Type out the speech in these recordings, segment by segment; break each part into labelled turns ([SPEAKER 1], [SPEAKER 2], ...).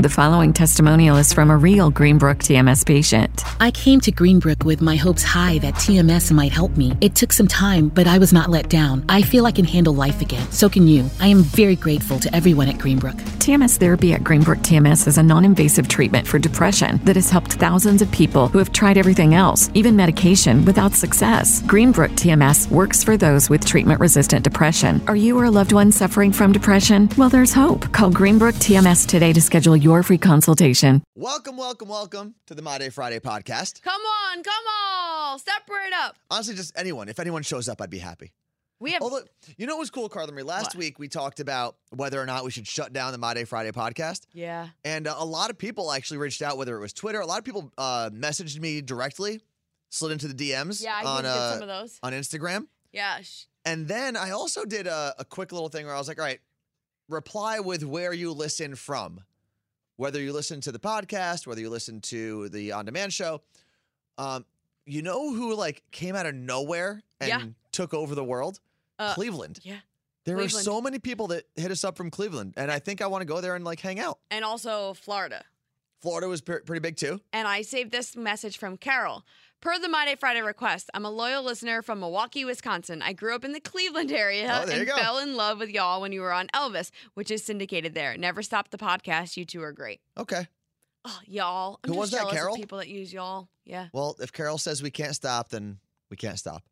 [SPEAKER 1] The following testimonial is from a real Greenbrook TMS patient.
[SPEAKER 2] I came to Greenbrook with my hopes high that TMS might help me. It took some time, but I was not let down. I feel I can handle life again. So can you. I am very grateful to everyone at Greenbrook.
[SPEAKER 1] TMS therapy at Greenbrook TMS is a non invasive treatment for depression that has helped thousands of people who have tried everything else, even medication, without success. Greenbrook TMS works for those with treatment resistant depression. Are you or a loved one suffering from depression? Well, there's hope. Call Greenbrook TMS today to schedule your free consultation.
[SPEAKER 3] Welcome, welcome, welcome to the My Day Friday podcast.
[SPEAKER 4] Come on, come on, separate up.
[SPEAKER 3] Honestly, just anyone. If anyone shows up, I'd be happy.
[SPEAKER 4] We have
[SPEAKER 3] Although, you know what was cool, Carla Marie? Last
[SPEAKER 4] What?
[SPEAKER 3] week we talked about whether or not we should shut down the My Day Friday podcast.
[SPEAKER 4] yeah.
[SPEAKER 3] And uh, a lot of people actually reached out, whether it was Twitter, a lot of people uh, messaged me directly, slid into the DMs
[SPEAKER 4] Yeah, I
[SPEAKER 3] on,
[SPEAKER 4] did
[SPEAKER 3] uh,
[SPEAKER 4] some of those.
[SPEAKER 3] on Instagram.
[SPEAKER 4] Yeah. sh-
[SPEAKER 3] And then I also did a, a quick little thing where I was like, all right, reply with where you listen from, whether you listen to the podcast, whether you listen to the on demand show. Um, you know who like came out of nowhere and
[SPEAKER 4] Yeah.
[SPEAKER 3] took over the world?
[SPEAKER 4] Uh,
[SPEAKER 3] Cleveland.
[SPEAKER 4] yeah,
[SPEAKER 3] There are
[SPEAKER 4] Cleveland.
[SPEAKER 3] so many people that hit us up from Cleveland, and I think I want to go there and like hang out.
[SPEAKER 4] And also Florida.
[SPEAKER 3] Florida was pre- pretty big too.
[SPEAKER 4] And I saved this message from Carol. Per the My Day Friday request, I'm a loyal listener from Milwaukee, Wisconsin. I grew up in the Cleveland area
[SPEAKER 3] Oh, there you
[SPEAKER 4] and
[SPEAKER 3] go.
[SPEAKER 4] fell in love with y'all when you were on Elvis, which is syndicated there. Never stopped the podcast. You two are great.
[SPEAKER 3] Okay.
[SPEAKER 4] Oh, y'all. I'm
[SPEAKER 3] Who
[SPEAKER 4] just
[SPEAKER 3] was that,
[SPEAKER 4] jealous
[SPEAKER 3] Carol?
[SPEAKER 4] of people that use y'all. Yeah.
[SPEAKER 3] Well, if Carol says we can't stop, then we can't stop.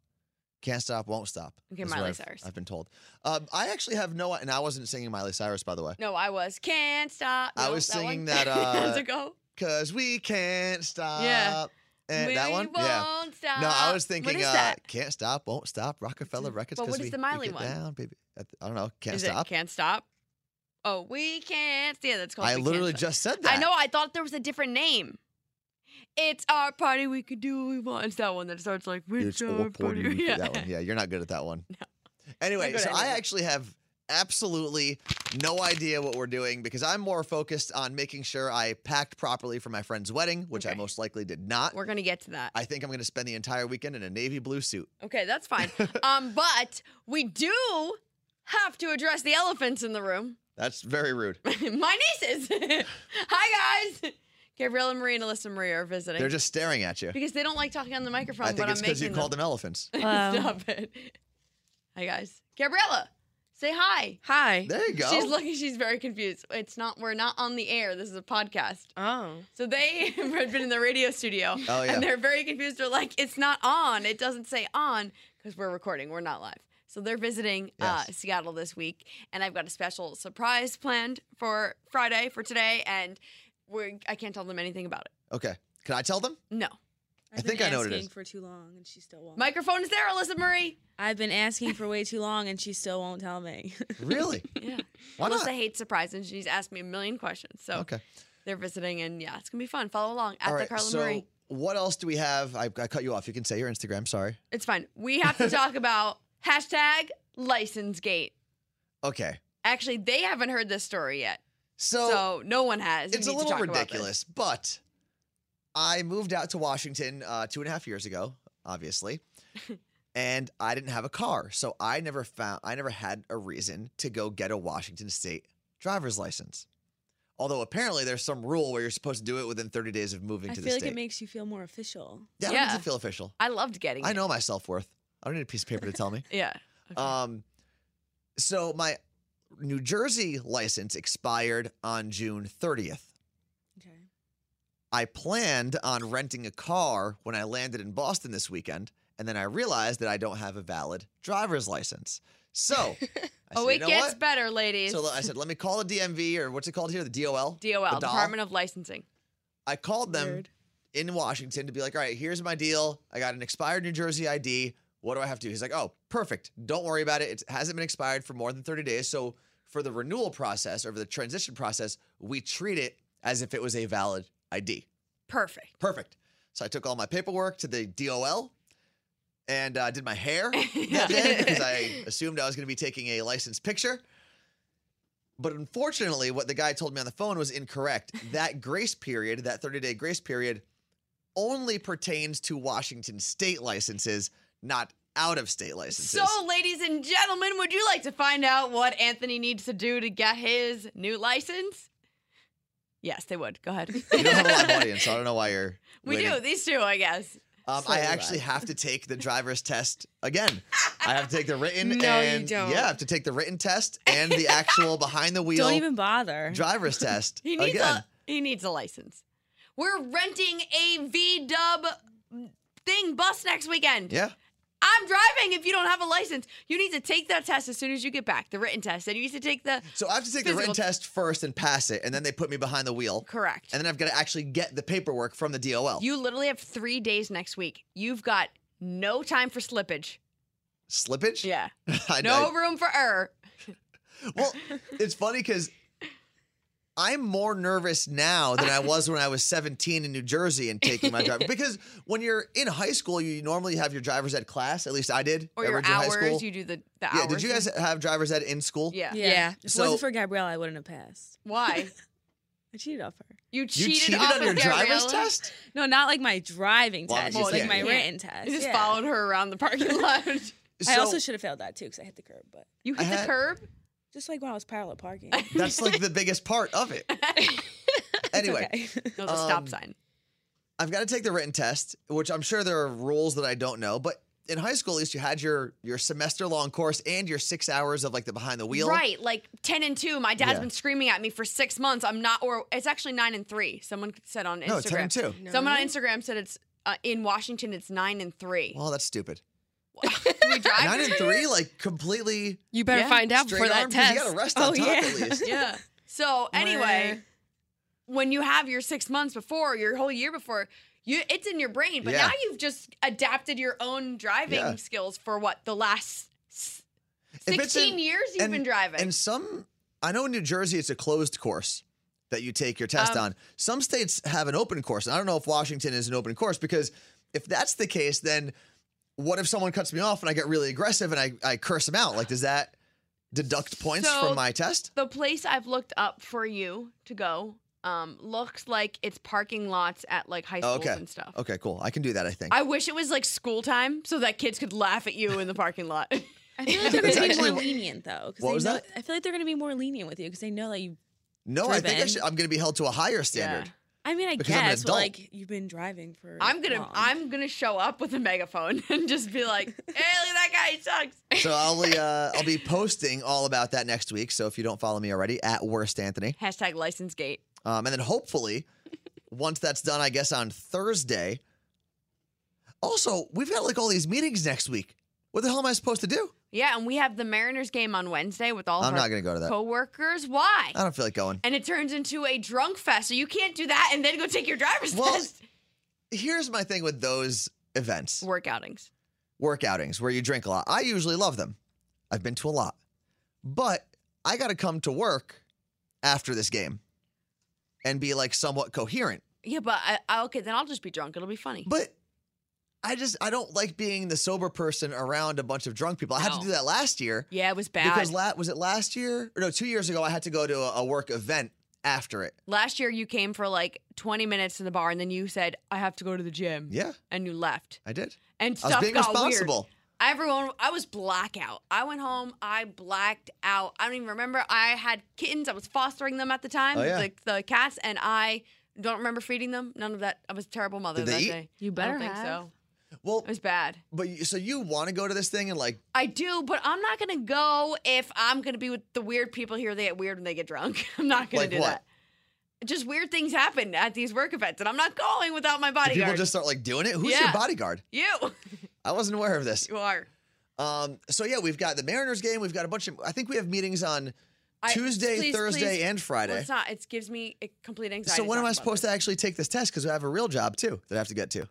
[SPEAKER 3] Can't stop, won't stop.
[SPEAKER 4] Okay,
[SPEAKER 3] is what
[SPEAKER 4] Miley
[SPEAKER 3] I've-
[SPEAKER 4] Cyrus.
[SPEAKER 3] I've been told. Um, I actually have no, and I wasn't singing Miley Cyrus, by the way,
[SPEAKER 4] No, I was. Can't stop.
[SPEAKER 3] I
[SPEAKER 4] No,
[SPEAKER 3] was
[SPEAKER 4] one.
[SPEAKER 3] singing that,
[SPEAKER 4] Years
[SPEAKER 3] uh,
[SPEAKER 4] ago.
[SPEAKER 3] because we can't stop. And
[SPEAKER 4] we
[SPEAKER 3] eh, that one?
[SPEAKER 4] Won't
[SPEAKER 3] Yeah.
[SPEAKER 4] Stop.
[SPEAKER 3] No, I was thinking,
[SPEAKER 4] What is
[SPEAKER 3] uh,
[SPEAKER 4] that?
[SPEAKER 3] can't stop, won't stop, Rockefeller Records.
[SPEAKER 4] But
[SPEAKER 3] 'cause
[SPEAKER 4] what is
[SPEAKER 3] we-
[SPEAKER 4] the
[SPEAKER 3] we
[SPEAKER 4] Miley
[SPEAKER 3] get
[SPEAKER 4] one?
[SPEAKER 3] Down, baby. I th- I don't know. Can't
[SPEAKER 4] Is
[SPEAKER 3] stop.
[SPEAKER 4] it can't stop? Oh, we can't. Yeah, that's called.
[SPEAKER 3] I
[SPEAKER 4] We Can't
[SPEAKER 3] literally
[SPEAKER 4] Stop.
[SPEAKER 3] just said that.
[SPEAKER 4] I know. I thought there was a different name. It's our party. We could do what we want. It's that one that starts like we
[SPEAKER 3] It's our party. we did That one. Yeah, you're not good at that one. Anyway,
[SPEAKER 4] good
[SPEAKER 3] so
[SPEAKER 4] at
[SPEAKER 3] I
[SPEAKER 4] any of it.
[SPEAKER 3] actually have absolutely no idea what we're doing because I'm more focused on making sure I packed properly for my friend's wedding, which I
[SPEAKER 4] Okay.
[SPEAKER 3] most likely did not.
[SPEAKER 4] We're gonna get to that.
[SPEAKER 3] I think I'm going to spend the entire weekend in a navy blue suit.
[SPEAKER 4] Okay, that's fine. um, but we do have to address the elephants in the room.
[SPEAKER 3] That's very rude.
[SPEAKER 4] My nieces. Hi guys. Gabrielle and Maria and Alyssa Maria are visiting
[SPEAKER 3] They're just staring at you.
[SPEAKER 4] because they don't like talking on the microphone.
[SPEAKER 3] I think
[SPEAKER 4] but
[SPEAKER 3] it's
[SPEAKER 4] I'm
[SPEAKER 3] because
[SPEAKER 4] making
[SPEAKER 3] you called them elephants.
[SPEAKER 4] Stop it. Hi guys. Gabriella, say hi.
[SPEAKER 5] Hi.
[SPEAKER 3] There you go.
[SPEAKER 4] She's looking. She's very confused. It's not. We're not on the air. This is a podcast.
[SPEAKER 5] Oh.
[SPEAKER 4] So they have been in the radio studio.
[SPEAKER 3] Oh, yeah.
[SPEAKER 4] And they're very confused. They're like, it's not on. It doesn't say on because we're recording. We're not live. So they're visiting uh,
[SPEAKER 3] Yes.
[SPEAKER 4] Seattle this week, and I've got a special surprise planned for Friday for today, and we're I can't tell them anything about it.
[SPEAKER 3] okay. Can I tell them?
[SPEAKER 4] No.
[SPEAKER 3] I think I know what it is.
[SPEAKER 5] for too long and she still won't.
[SPEAKER 4] Microphone is there, Alyssa Murray.
[SPEAKER 5] I've been asking for way too long and she still won't tell me.
[SPEAKER 3] Really?
[SPEAKER 4] Yeah.
[SPEAKER 3] Why
[SPEAKER 4] Alyssa
[SPEAKER 3] not?
[SPEAKER 4] hates surprises. She's asked me a million questions. So
[SPEAKER 3] Okay.
[SPEAKER 4] they're visiting, and yeah, it's gonna be fun. Follow along at
[SPEAKER 3] All
[SPEAKER 4] the
[SPEAKER 3] right.
[SPEAKER 4] Carla
[SPEAKER 3] So
[SPEAKER 4] Murray.
[SPEAKER 3] what else do we have? I, I cut you off. You can say your Instagram. Sorry.
[SPEAKER 4] It's fine. We have to talk about hashtag license gate.
[SPEAKER 3] Okay.
[SPEAKER 4] Actually, they haven't heard this story yet,
[SPEAKER 3] So,
[SPEAKER 4] so no one has. We
[SPEAKER 3] it's a
[SPEAKER 4] need to
[SPEAKER 3] little
[SPEAKER 4] talk about this.
[SPEAKER 3] ridiculous, but I moved out to Washington uh, two and a half years ago, obviously, and I didn't have a car, so I never found I never had a reason to go get a Washington State driver's license. Although apparently there's some rule where you're supposed to do it within 30 days of moving
[SPEAKER 5] I
[SPEAKER 3] to
[SPEAKER 5] feel
[SPEAKER 3] the
[SPEAKER 5] like
[SPEAKER 3] state.
[SPEAKER 5] it makes you feel more official.
[SPEAKER 3] yeah, I don't need
[SPEAKER 4] Yeah.
[SPEAKER 3] to feel official.
[SPEAKER 4] I loved getting.
[SPEAKER 3] I
[SPEAKER 4] it.
[SPEAKER 3] know my self worth. I don't need a piece of paper to tell me.
[SPEAKER 4] Yeah. Okay.
[SPEAKER 3] Um, so my New Jersey license expired on June 30th.
[SPEAKER 5] Okay.
[SPEAKER 3] I planned on renting a car when I landed in Boston this weekend, and then I realized that I don't have a valid driver's license. So, I
[SPEAKER 4] oh,
[SPEAKER 3] said,
[SPEAKER 4] it
[SPEAKER 3] you know
[SPEAKER 4] gets
[SPEAKER 3] what?
[SPEAKER 4] better, ladies.
[SPEAKER 3] So I said, let me call a DMV or what's it called here, the DOL.
[SPEAKER 4] DOL,
[SPEAKER 3] The doll?
[SPEAKER 4] Department of Licensing.
[SPEAKER 3] I called them
[SPEAKER 5] Weird.
[SPEAKER 3] in Washington to be like, all right, here's my deal. I got an expired New Jersey ID. What do I have to do? He's like, oh, perfect. Don't worry about it. It hasn't been expired for more than 30 days. So for the renewal process or for the transition process, we treat it as if it was a valid ID.
[SPEAKER 4] Perfect.
[SPEAKER 3] Perfect. So I took all my paperwork to the DOL and uh, did my hair
[SPEAKER 4] Yeah.
[SPEAKER 3] that day because I assumed I was going to be taking a license picture. But unfortunately, what the guy told me on the phone was incorrect. That grace period, that 30 day grace period, only pertains to Washington state licenses, not out of state licenses.
[SPEAKER 4] So, ladies and gentlemen, would you like to find out what Anthony needs to do to get his new license? Yes, they would. Go ahead.
[SPEAKER 3] You don't have a live audience, so I don't know why you're.
[SPEAKER 4] we
[SPEAKER 3] waiting.
[SPEAKER 4] do. These two, I guess.
[SPEAKER 3] Um,
[SPEAKER 5] So
[SPEAKER 3] I
[SPEAKER 5] do
[SPEAKER 3] actually
[SPEAKER 5] I.
[SPEAKER 3] have to take the driver's test again. I have to take the written
[SPEAKER 5] No, you
[SPEAKER 3] and
[SPEAKER 5] don't.
[SPEAKER 3] yeah, I have to take the written test and the actual behind the wheel
[SPEAKER 5] Don't even bother.
[SPEAKER 3] driver's test
[SPEAKER 4] He needs
[SPEAKER 3] again.
[SPEAKER 4] a he needs a license. We're renting a V Dub thing bus next weekend.
[SPEAKER 3] Yeah,
[SPEAKER 4] I'm driving. If you don't have a license, you need to take that test as soon as you get back, the written test, and you need to take the
[SPEAKER 3] so I have to take the
[SPEAKER 4] Physical-
[SPEAKER 3] written test first and pass it, and then they put me behind the wheel,
[SPEAKER 4] correct.
[SPEAKER 3] and then I've got to actually get the paperwork from the DOL.
[SPEAKER 4] you literally have three days next week. You've got no time for slippage.
[SPEAKER 3] Slippage?
[SPEAKER 4] Yeah,
[SPEAKER 3] I,
[SPEAKER 4] no
[SPEAKER 3] know.
[SPEAKER 4] room for error.
[SPEAKER 3] well, it's funny because I'm more nervous now than I was when I was 17 in New Jersey and taking my driver. Because when you're in high school, you normally have your driver's ed class. At least I did.
[SPEAKER 4] Or
[SPEAKER 3] at
[SPEAKER 4] your
[SPEAKER 3] Ridgewood High School.
[SPEAKER 4] hours. You do the the
[SPEAKER 3] yeah.
[SPEAKER 4] hours.
[SPEAKER 3] Did you guys
[SPEAKER 4] thing.
[SPEAKER 3] have driver's ed in school?
[SPEAKER 4] Yeah.
[SPEAKER 5] Yeah. If it
[SPEAKER 3] So-
[SPEAKER 5] wasn't for Gabrielle, I wouldn't have passed.
[SPEAKER 4] Why?
[SPEAKER 5] I cheated off her.
[SPEAKER 4] You
[SPEAKER 3] You
[SPEAKER 4] cheated,
[SPEAKER 3] cheated,
[SPEAKER 4] off
[SPEAKER 3] on
[SPEAKER 4] of
[SPEAKER 3] your driver's
[SPEAKER 4] Gabriella?
[SPEAKER 3] test?
[SPEAKER 5] No, not like my driving
[SPEAKER 3] Well,
[SPEAKER 5] test,
[SPEAKER 3] just
[SPEAKER 5] just like
[SPEAKER 3] yeah.
[SPEAKER 5] my
[SPEAKER 4] Yeah.
[SPEAKER 5] written test.
[SPEAKER 4] You just
[SPEAKER 5] yeah.
[SPEAKER 4] followed her around the parking lot.
[SPEAKER 5] I
[SPEAKER 3] So
[SPEAKER 5] also should have failed that too because I hit the curb, but
[SPEAKER 4] You
[SPEAKER 3] I
[SPEAKER 4] hit the
[SPEAKER 3] had-
[SPEAKER 4] curb.
[SPEAKER 5] just like when I was parallel parking.
[SPEAKER 3] That's like the biggest part of it.
[SPEAKER 5] It's
[SPEAKER 3] Anyway,
[SPEAKER 5] okay.
[SPEAKER 4] No, the stop
[SPEAKER 3] Um,
[SPEAKER 4] sign.
[SPEAKER 3] I've got to take the written test, which I'm sure there are rules that I don't know, but in high school at least you had your your semester long course and your 6 hours of like the behind the wheel.
[SPEAKER 4] Right, like 10 and 2. My dad's
[SPEAKER 3] Yeah.
[SPEAKER 4] been screaming at me for six months. I'm not, or it's actually 9 and 3. Someone said on Instagram.
[SPEAKER 3] No, 10 and 2.
[SPEAKER 4] Someone on Instagram said it's uh, in Washington, it's 9 and 3.
[SPEAKER 3] Well, that's stupid.
[SPEAKER 4] we drive.
[SPEAKER 3] Nine and three, like completely
[SPEAKER 6] You better
[SPEAKER 4] Yeah.
[SPEAKER 6] find out before
[SPEAKER 3] straight
[SPEAKER 6] that
[SPEAKER 3] arm. 'cause You got
[SPEAKER 6] test.
[SPEAKER 3] to rest on
[SPEAKER 5] Oh,
[SPEAKER 3] top
[SPEAKER 5] yeah.
[SPEAKER 3] at least.
[SPEAKER 4] Yeah. So, anyway, when you have your six months before, your whole year before, you, it's in your brain. But
[SPEAKER 3] Yeah.
[SPEAKER 4] now you've just adapted your own driving
[SPEAKER 3] Yeah.
[SPEAKER 4] skills for what, the last s-
[SPEAKER 3] If it's
[SPEAKER 4] 16
[SPEAKER 3] in-
[SPEAKER 4] years you've
[SPEAKER 3] and-
[SPEAKER 4] been driving?
[SPEAKER 3] And some, I know in New Jersey it's a closed course that you take your test
[SPEAKER 4] Um,
[SPEAKER 3] on. Some states have an open course, and I don't know if Washington is an open course because if that's the case, then what if someone cuts me off and I get really aggressive and I, I curse them out? Like, does that deduct points
[SPEAKER 4] So-
[SPEAKER 3] from my test?
[SPEAKER 4] the place I've looked up for you to go um, looks like it's parking lots at like high
[SPEAKER 3] Oh,
[SPEAKER 4] schools
[SPEAKER 3] okay.
[SPEAKER 4] and stuff.
[SPEAKER 3] Okay, cool. I can do that. I think.
[SPEAKER 4] I wish it was like school time so that kids could laugh at you in the parking lot.
[SPEAKER 5] I feel like they're
[SPEAKER 3] That's
[SPEAKER 5] going to be
[SPEAKER 3] actually
[SPEAKER 5] more
[SPEAKER 3] what-
[SPEAKER 5] lenient though. 'cause
[SPEAKER 3] What
[SPEAKER 5] they
[SPEAKER 3] was
[SPEAKER 5] know-
[SPEAKER 3] that?
[SPEAKER 5] I feel like they're going to be more lenient with you because they know that you.
[SPEAKER 3] no, I think I
[SPEAKER 5] driven.
[SPEAKER 3] should, I'm going to be held to a higher
[SPEAKER 4] Yeah.
[SPEAKER 3] standard.
[SPEAKER 5] I mean, I
[SPEAKER 3] Because I'm an
[SPEAKER 5] guess, but
[SPEAKER 3] adult.
[SPEAKER 5] like you've been driving for.
[SPEAKER 4] I'm gonna
[SPEAKER 5] long.
[SPEAKER 4] I'm gonna show up with a megaphone and just be like, "Hey, look at that guy he sucks."
[SPEAKER 3] So I'll uh, I'll be posting all about that next week. So if you don't follow me already, at worst Anthony.
[SPEAKER 4] Hashtag license gate.
[SPEAKER 3] Um, and then hopefully, once that's done, I guess on Thursday. Also, we've got like all these meetings next week. What the hell am I supposed to do?
[SPEAKER 4] Yeah, and we have the Mariners game on Wednesday with all
[SPEAKER 3] I'm
[SPEAKER 4] of
[SPEAKER 3] not
[SPEAKER 4] our
[SPEAKER 3] going to go to that. Oh.
[SPEAKER 4] coworkers. Why?
[SPEAKER 3] I don't feel like going.
[SPEAKER 4] And it turns into a drunk fest, so you can't do that and then go take your driver's
[SPEAKER 3] Well,
[SPEAKER 4] test.
[SPEAKER 3] Here's my thing with those events,
[SPEAKER 4] Work outings.
[SPEAKER 3] work outings where you drink a lot. I usually love them. I've been to a lot. But I got to come to work after this game and be like somewhat coherent.
[SPEAKER 4] Yeah, but I, I, okay, then I'll just be drunk. It'll be funny.
[SPEAKER 3] But I just I don't like being the sober person around a bunch of drunk people. I had to
[SPEAKER 4] No.
[SPEAKER 3] do that last year.
[SPEAKER 4] Yeah, it was bad.
[SPEAKER 3] Because la- was it last year? Or no, two years ago, I had to go to a, a work event after it.
[SPEAKER 4] Last year, you came for like 20 minutes in the bar, and then you said, "I have to go to the gym,"
[SPEAKER 3] Yeah,
[SPEAKER 4] and you left,
[SPEAKER 3] I did.
[SPEAKER 4] and
[SPEAKER 3] I
[SPEAKER 4] stuff
[SPEAKER 3] was being
[SPEAKER 4] got
[SPEAKER 3] responsible.
[SPEAKER 4] weird. Everyone, I was blackout. I went home. I blacked out. I don't even remember. I had kittens. I was fostering them at the time,
[SPEAKER 3] Oh, yeah.
[SPEAKER 4] the, the cats, and I don't remember feeding them. None of that. I was a terrible mother
[SPEAKER 3] Did they
[SPEAKER 4] that
[SPEAKER 3] eat?
[SPEAKER 4] day.
[SPEAKER 5] You
[SPEAKER 4] I
[SPEAKER 5] better
[SPEAKER 4] don't think
[SPEAKER 5] have.
[SPEAKER 4] so.
[SPEAKER 3] Well,
[SPEAKER 4] It was bad.
[SPEAKER 3] but you, so you want to go to this thing and like,
[SPEAKER 4] I do, but I'm not gonna go if I'm gonna be with the weird people here. They get weird when they get drunk. I'm not gonna
[SPEAKER 3] Like
[SPEAKER 4] do
[SPEAKER 3] what?
[SPEAKER 4] that. Just weird things happen at these work events, and I'm not going without my
[SPEAKER 3] do people
[SPEAKER 4] bodyguard.
[SPEAKER 3] just start like doing it? Who's your
[SPEAKER 4] Yeah.
[SPEAKER 3] bodyguard?
[SPEAKER 4] you,
[SPEAKER 3] I wasn't aware of this.
[SPEAKER 4] you are.
[SPEAKER 3] Um, so yeah, we've got the Mariners game. We've got a bunch of. I think we have meetings on
[SPEAKER 4] I-
[SPEAKER 3] Tuesday,
[SPEAKER 4] please,
[SPEAKER 3] Thursday,
[SPEAKER 4] please.
[SPEAKER 3] and Friday.
[SPEAKER 4] Well, it's not. It gives me a complete
[SPEAKER 3] so
[SPEAKER 4] anxiety.
[SPEAKER 3] when
[SPEAKER 4] to
[SPEAKER 3] am I
[SPEAKER 4] talk about
[SPEAKER 3] supposed
[SPEAKER 4] this.
[SPEAKER 3] to actually take this test? Because I have a real job too that I have to get to.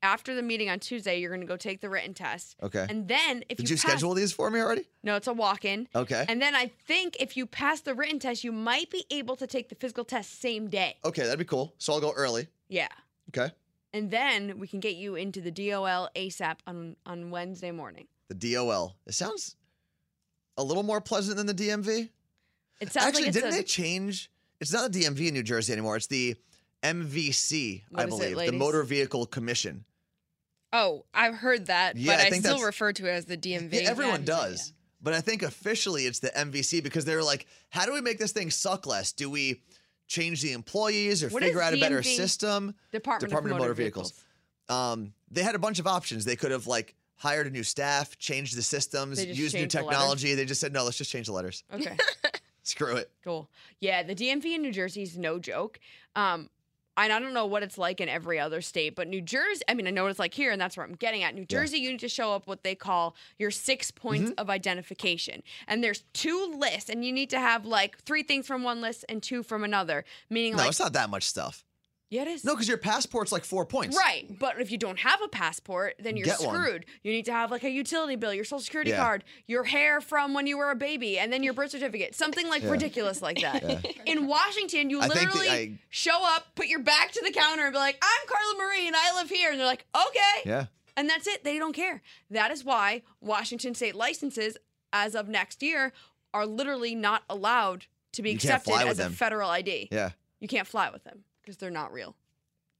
[SPEAKER 4] After the meeting on Tuesday, you're gonna go take the written test,
[SPEAKER 3] Okay.
[SPEAKER 4] and then if
[SPEAKER 3] Did
[SPEAKER 4] you,
[SPEAKER 3] you,
[SPEAKER 4] pass-
[SPEAKER 3] schedule these for me already?
[SPEAKER 4] no, it's a walk-in.
[SPEAKER 3] Okay.
[SPEAKER 4] And then I think if you pass the written test, you might be able to take the physical test same day.
[SPEAKER 3] okay, that'd be cool. So I'll go early.
[SPEAKER 4] Yeah.
[SPEAKER 3] Okay.
[SPEAKER 4] and then we can get you into the DOL ASAP on on Wednesday morning.
[SPEAKER 3] The DOL. It sounds a little more pleasant than the DMV.
[SPEAKER 4] It sounds
[SPEAKER 3] Actually,
[SPEAKER 4] like it's
[SPEAKER 3] didn't
[SPEAKER 4] a,
[SPEAKER 3] they change? It's not the DMV in New Jersey anymore. It's the MVC,
[SPEAKER 4] What
[SPEAKER 3] I
[SPEAKER 4] is it,
[SPEAKER 3] believe, the
[SPEAKER 4] ladies?
[SPEAKER 3] Motor Vehicle Commission.
[SPEAKER 6] Oh, I've heard that,
[SPEAKER 3] Yeah,
[SPEAKER 6] but
[SPEAKER 3] I
[SPEAKER 6] I,
[SPEAKER 3] think
[SPEAKER 6] still
[SPEAKER 3] that's-
[SPEAKER 6] refer to it as the DMV.
[SPEAKER 3] Yeah, everyone does, but I think officially it's the MVC because they're like, how do we make this thing suck less? Do we change the employees or
[SPEAKER 4] What
[SPEAKER 3] figure
[SPEAKER 4] is
[SPEAKER 3] out a better
[SPEAKER 4] DMV?
[SPEAKER 3] system.
[SPEAKER 4] Department,
[SPEAKER 3] Department
[SPEAKER 4] of Motor, Vehicles.
[SPEAKER 3] Um, they had a bunch of options. They could have like hired a new staff, changed the systems,
[SPEAKER 4] They just
[SPEAKER 3] used new
[SPEAKER 4] changed the letters.
[SPEAKER 3] technology. they just said, no, let's just change the letters.
[SPEAKER 4] Okay.
[SPEAKER 3] Screw it.
[SPEAKER 4] Cool. Yeah, the DMV in New Jersey is no joke. Um, and I don't know what it's like in every other state, but New Jersey, I mean, I know what it's like here, and that's where I'm getting at. New Jersey, you need to show up what they call your six points
[SPEAKER 3] Mm-hmm.
[SPEAKER 4] of identification. And there's two lists, and you need to have like three things from one list and two from another, meaning
[SPEAKER 3] No,
[SPEAKER 4] like,
[SPEAKER 3] it's not that much stuff.
[SPEAKER 4] yeah, it is.
[SPEAKER 3] No, because your passport's like four points.
[SPEAKER 4] Right, but if you don't have a passport, then you're
[SPEAKER 3] Get one.
[SPEAKER 4] screwed. You need to have like a utility bill, your social security
[SPEAKER 3] Yeah.
[SPEAKER 4] card, your hair from when you were a baby, and then your birth certificate. Something like ridiculous like that. In Washington, you
[SPEAKER 3] I think that
[SPEAKER 4] literally
[SPEAKER 3] I-
[SPEAKER 4] show up, put your back to the counter, and be like, "I'm Carla Marie, and I live here," and they're like, "Okay,"
[SPEAKER 3] Yeah.
[SPEAKER 4] and that's it. They don't care. That is why Washington state licenses, as of next year, are literally not allowed to be
[SPEAKER 3] You can't
[SPEAKER 4] accepted
[SPEAKER 3] fly with
[SPEAKER 4] as a
[SPEAKER 3] them.
[SPEAKER 4] federal ID.
[SPEAKER 3] Yeah.
[SPEAKER 4] You can't fly with them because they're not real.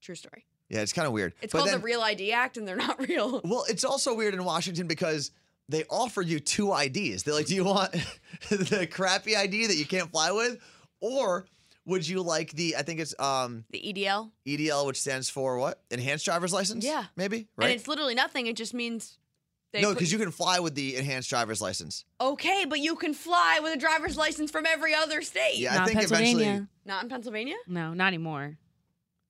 [SPEAKER 4] True story.
[SPEAKER 3] Yeah. It's kind of weird.
[SPEAKER 4] It's
[SPEAKER 3] But
[SPEAKER 4] called
[SPEAKER 3] then-
[SPEAKER 4] the Real ID Act, and they're not real.
[SPEAKER 3] Well, it's also weird in Washington because they offer you two IDs. They're like, do you want the crappy ID that you can't fly with? Or would you like the, I think it's um,
[SPEAKER 4] The EDL,
[SPEAKER 3] EDL, which stands for what? Enhanced driver's license?
[SPEAKER 4] Yeah.
[SPEAKER 3] Maybe? Right.
[SPEAKER 4] and it's literally nothing. It just means they
[SPEAKER 3] no,
[SPEAKER 4] put-
[SPEAKER 3] because you can fly with the enhanced driver's license.
[SPEAKER 4] okay, but you can fly with a driver's license from every other state.
[SPEAKER 3] Yeah, I
[SPEAKER 7] Not
[SPEAKER 3] think eventually.
[SPEAKER 7] Pennsylvania.
[SPEAKER 4] Not in Pennsylvania.
[SPEAKER 7] No, not anymore.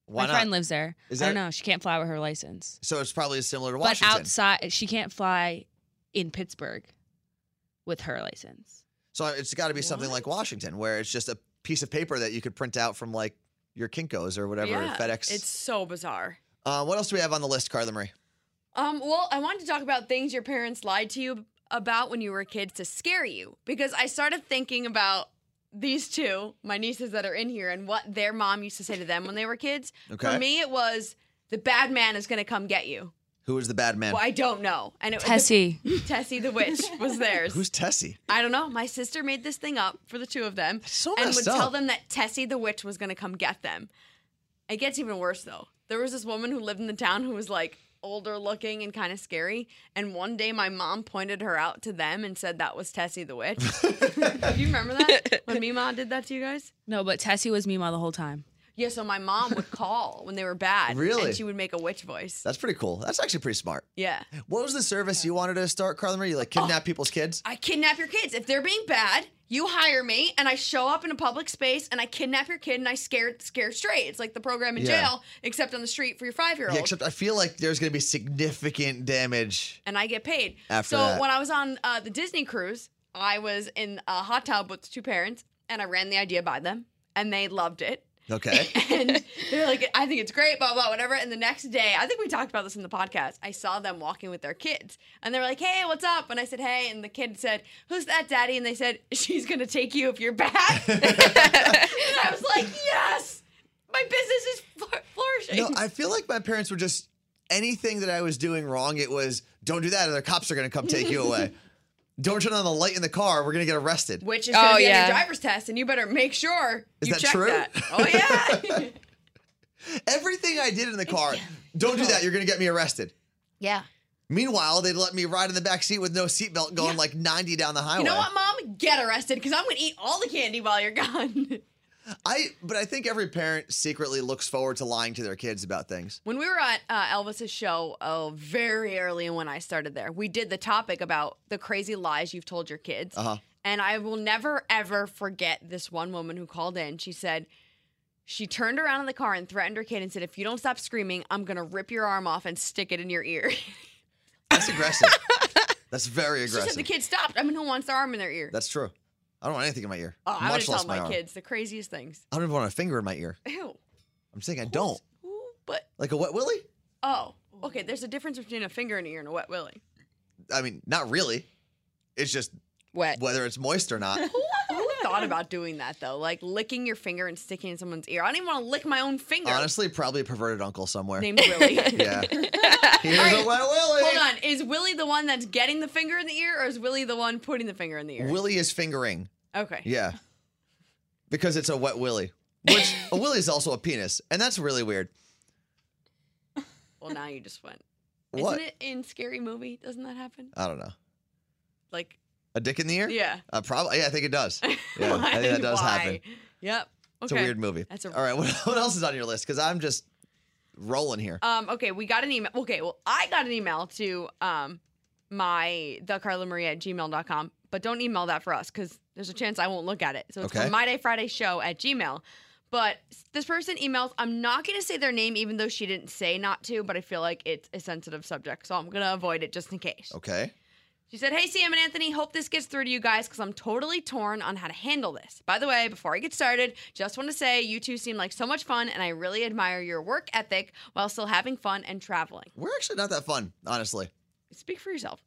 [SPEAKER 3] Why
[SPEAKER 7] My
[SPEAKER 3] not?
[SPEAKER 7] friend lives there.
[SPEAKER 3] Is
[SPEAKER 7] I don't
[SPEAKER 3] that-
[SPEAKER 7] know. She can't fly with her license.
[SPEAKER 3] so it's probably similar to Washington.
[SPEAKER 7] But outside, she can't fly in Pittsburgh with her license.
[SPEAKER 3] so it's got to be something like Washington, where it's just a piece of paper that you could print out from like your Kinkos or whatever,
[SPEAKER 4] yeah,
[SPEAKER 3] FedEx.
[SPEAKER 4] It's so bizarre.
[SPEAKER 3] Uh, what else do we have on the list, Carla Marie?
[SPEAKER 4] Um, well, I wanted to talk about things your parents lied to you about when you were kids to scare you because I started thinking about these two, my nieces that are in here, and what their mom used to say to them when they were kids.
[SPEAKER 3] Okay.
[SPEAKER 4] For me, it was the bad man is going to come get you.
[SPEAKER 3] Who is the bad man?
[SPEAKER 4] Well, I don't know. And it
[SPEAKER 7] Tessie.
[SPEAKER 4] Tessie the witch was theirs.
[SPEAKER 3] Who's Tessie?
[SPEAKER 4] I don't know. My sister made this thing up for the two of them
[SPEAKER 3] so
[SPEAKER 4] and
[SPEAKER 3] messed
[SPEAKER 4] would tell
[SPEAKER 3] up.
[SPEAKER 4] them that Tessie the witch was going to come get them. It gets even worse though. There was this woman who lived in the town who was like older looking and kind of scary. And one day my mom pointed her out to them and said that was Tessie the witch. Do you remember that? When Mima did that to you guys?
[SPEAKER 7] No, but Tessie was Mima the whole time.
[SPEAKER 4] Yeah, so my mom would call when they were bad.
[SPEAKER 3] Really? Uh,
[SPEAKER 4] And she would make a witch voice.
[SPEAKER 3] That's pretty cool. That's actually pretty smart.
[SPEAKER 4] Yeah.
[SPEAKER 3] What was the service you wanted to start, Carla Marie? You like
[SPEAKER 7] Oh,
[SPEAKER 3] kidnap people's kids?
[SPEAKER 4] I kidnap your kids. If they're being bad, you hire me and I show up in a public space and I kidnap your kid and I scare scare straight. It's like the program in
[SPEAKER 3] Yeah.
[SPEAKER 4] jail, except on the street for your five year old.
[SPEAKER 3] Yeah, except I feel like there's going to be significant damage.
[SPEAKER 4] and I get paid.
[SPEAKER 3] After
[SPEAKER 4] so
[SPEAKER 3] that.
[SPEAKER 4] when I was on uh, the Disney cruise, I was in a hot tub with two parents and I ran the idea by them and they loved it.
[SPEAKER 3] Okay.
[SPEAKER 4] and they're like, I think it's great, blah, blah, whatever. And the next day, I think we talked about this in the podcast. I saw them walking with their kids. And they were like, hey, what's up? And I said, hey. And the kid said, who's that, daddy? And they said, she's going to take you if you're back. and I was like, yes, my business is fl- flourishing.
[SPEAKER 3] no, I feel like my parents were just anything that I was doing wrong, it was don't do that or the cops are going to come take you away. don't turn on the light in the car. We're going to get arrested.
[SPEAKER 4] which is going to
[SPEAKER 6] Oh,
[SPEAKER 4] be on
[SPEAKER 6] yeah.
[SPEAKER 4] your driver's test, and you better make sure
[SPEAKER 3] Is
[SPEAKER 4] you
[SPEAKER 3] that
[SPEAKER 4] check
[SPEAKER 3] true?
[SPEAKER 4] that. Oh yeah,
[SPEAKER 3] Everything I did in the car, don't do that. You're going to get me arrested.
[SPEAKER 4] yeah.
[SPEAKER 3] Meanwhile, they'd let me ride in the back seat with no seatbelt going like 90 down the highway.
[SPEAKER 4] You know what, mom? Get arrested because I'm going to eat all the candy while you're gone.
[SPEAKER 3] I but I think every parent secretly looks forward to lying to their kids about things.
[SPEAKER 4] When we were at uh, Elvis's show, oh, very early in when I started there, we did the topic about the crazy lies you've told your kids.
[SPEAKER 3] Uh-huh.
[SPEAKER 4] And I will never, ever forget this one woman who called in. She said, she turned around in the car and threatened her kid and said, If you don't stop screaming, I'm going to rip your arm off and stick it in your ear.
[SPEAKER 3] That's aggressive. That's very
[SPEAKER 4] she said
[SPEAKER 3] aggressive.
[SPEAKER 4] the kid stopped. I mean, who wants their arm in their ear?
[SPEAKER 3] That's true. I don't want anything in my ear.
[SPEAKER 4] Oh, I would
[SPEAKER 3] much
[SPEAKER 4] tell
[SPEAKER 3] less
[SPEAKER 4] my,
[SPEAKER 3] arm.
[SPEAKER 4] kids the craziest things.
[SPEAKER 3] I don't even want a finger in my ear.
[SPEAKER 4] Ew.
[SPEAKER 3] I'm saying I don't.
[SPEAKER 4] Ooh, but
[SPEAKER 3] Like a wet willy?
[SPEAKER 4] oh, okay. There's a difference between a finger in an ear and a wet willy.
[SPEAKER 3] I mean, not really. It's just
[SPEAKER 6] Wet.
[SPEAKER 3] whether it's moist or not.
[SPEAKER 4] Who thought about doing that though? Like licking your finger and sticking it in someone's ear. I don't even want to lick my own finger.
[SPEAKER 3] Honestly, probably a perverted uncle somewhere.
[SPEAKER 4] Named Willie.
[SPEAKER 3] yeah. Here's a wet willy.
[SPEAKER 4] Hold on. Is Willie the one that's getting the finger in the ear, or is Willie the one putting the finger in the ear?
[SPEAKER 3] Willy is fingering.
[SPEAKER 4] okay.
[SPEAKER 3] Yeah. Because it's a wet willy. Which a willy is also a penis. And that's really weird.
[SPEAKER 4] Well, now you just went.
[SPEAKER 3] What?
[SPEAKER 4] Isn't it in Scary Movie? Doesn't that happen?
[SPEAKER 3] I don't know.
[SPEAKER 4] Like,
[SPEAKER 3] A dick in the ear?
[SPEAKER 4] yeah.
[SPEAKER 3] Uh, probably. Yeah, I think it does. Yeah, I think that does
[SPEAKER 4] Why?
[SPEAKER 3] happen.
[SPEAKER 4] Yep.
[SPEAKER 3] It's a weird movie.
[SPEAKER 4] That's a-
[SPEAKER 3] All right, what, what else is on your list? Because I'm just rolling here.
[SPEAKER 4] Um, okay, we got an email. Okay, well, I got an email to um my the Carla Maria at gmail.com, but don't email that for us because there's a chance I won't look at it. So it's
[SPEAKER 3] Okay.
[SPEAKER 4] from my day Friday show at Gmail. But this person emails, I'm not gonna say their name even though she didn't say not to, but I feel like it's a sensitive subject, so I'm gonna avoid it just in case.
[SPEAKER 3] Okay.
[SPEAKER 4] She said, Hey, Sam and Anthony, hope this gets through to you guys because I'm totally torn on how to handle this. By the way, before I get started, just want to say you two seem like so much fun and I really admire your work ethic while still having fun and traveling.
[SPEAKER 3] We're actually not that fun, honestly.
[SPEAKER 4] Speak for yourself.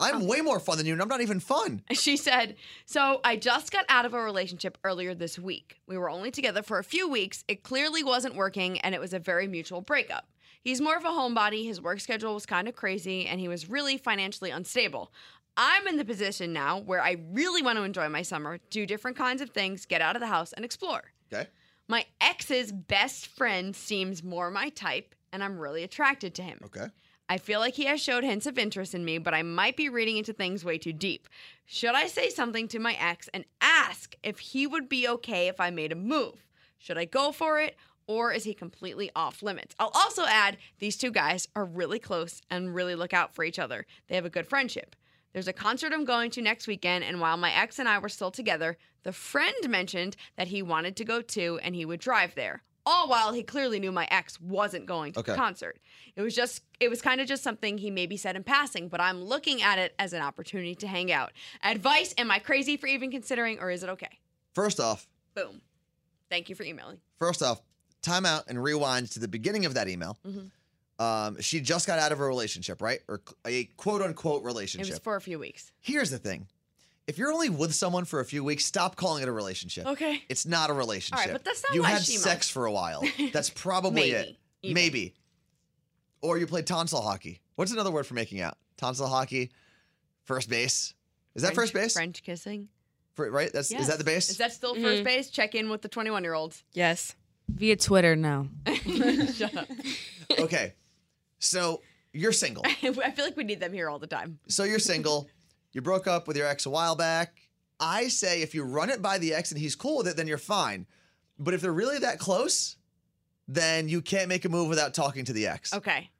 [SPEAKER 3] I'm
[SPEAKER 4] Oh.
[SPEAKER 3] way more fun than you, and I'm not even fun.
[SPEAKER 4] She said, So I just got out of a relationship earlier this week. We were only together for a few weeks. It clearly wasn't working, and it was a very mutual breakup. He's more of a homebody, his work schedule was kind of crazy, and he was really financially unstable. I'm in the position now where I really want to enjoy my summer, do different kinds of things, get out of the house, and explore.
[SPEAKER 3] Okay.
[SPEAKER 4] My ex's best friend seems more my type, and I'm really attracted to him.
[SPEAKER 3] Okay.
[SPEAKER 4] I feel like he has showed hints of interest in me, but I might be reading into things way too deep. Should I say something to my ex and ask if he would be okay if I made a move? Should I go for it? Or is he completely off limits? I'll also add these two guys are really close and really look out for each other. They have a good friendship. There's a concert I'm going to next weekend, and while my ex and I were still together, the friend mentioned that he wanted to go too and he would drive there. All while he clearly knew my ex wasn't going to
[SPEAKER 3] Okay.
[SPEAKER 4] the concert. It was just, it was kind of just something he maybe said in passing, but I'm looking at it as an opportunity to hang out. Advice Am I crazy for even considering, or is it okay?
[SPEAKER 3] First off,
[SPEAKER 4] Boom. Thank you for emailing.
[SPEAKER 3] first off, time out and rewind to the beginning of that email.
[SPEAKER 4] Mhm.
[SPEAKER 3] Um, she just got out of a relationship, right? Or c- a quote unquote
[SPEAKER 4] It
[SPEAKER 3] relationship.
[SPEAKER 4] was for a few weeks.
[SPEAKER 3] Here's the thing if you're only with someone for a few weeks, stop calling it a relationship.
[SPEAKER 4] Okay.
[SPEAKER 3] It's not a relationship.
[SPEAKER 4] All right, but that's not
[SPEAKER 3] you
[SPEAKER 4] why
[SPEAKER 3] had
[SPEAKER 4] she
[SPEAKER 3] sex for a while. That's probably it.
[SPEAKER 4] Maybe, even.
[SPEAKER 3] Maybe. Or you played tonsil hockey. What's another word for making out? Tonsil hockey, first base. Is that first base?
[SPEAKER 4] French kissing. Mm-hmm.
[SPEAKER 3] For- right? That's is that the base?
[SPEAKER 4] Is that still first base? Check in with the 21 year olds.
[SPEAKER 6] Yes.
[SPEAKER 8] Via Twitter, no.
[SPEAKER 4] Shut up.
[SPEAKER 3] okay. So you're single.
[SPEAKER 4] I feel like we need them here all the time.
[SPEAKER 3] So you're single. You broke up with your ex a while back. I say if you run it by the ex and he's cool with it, then you're fine. But if they're really that close, then you can't make a move without talking to the ex.
[SPEAKER 4] Okay.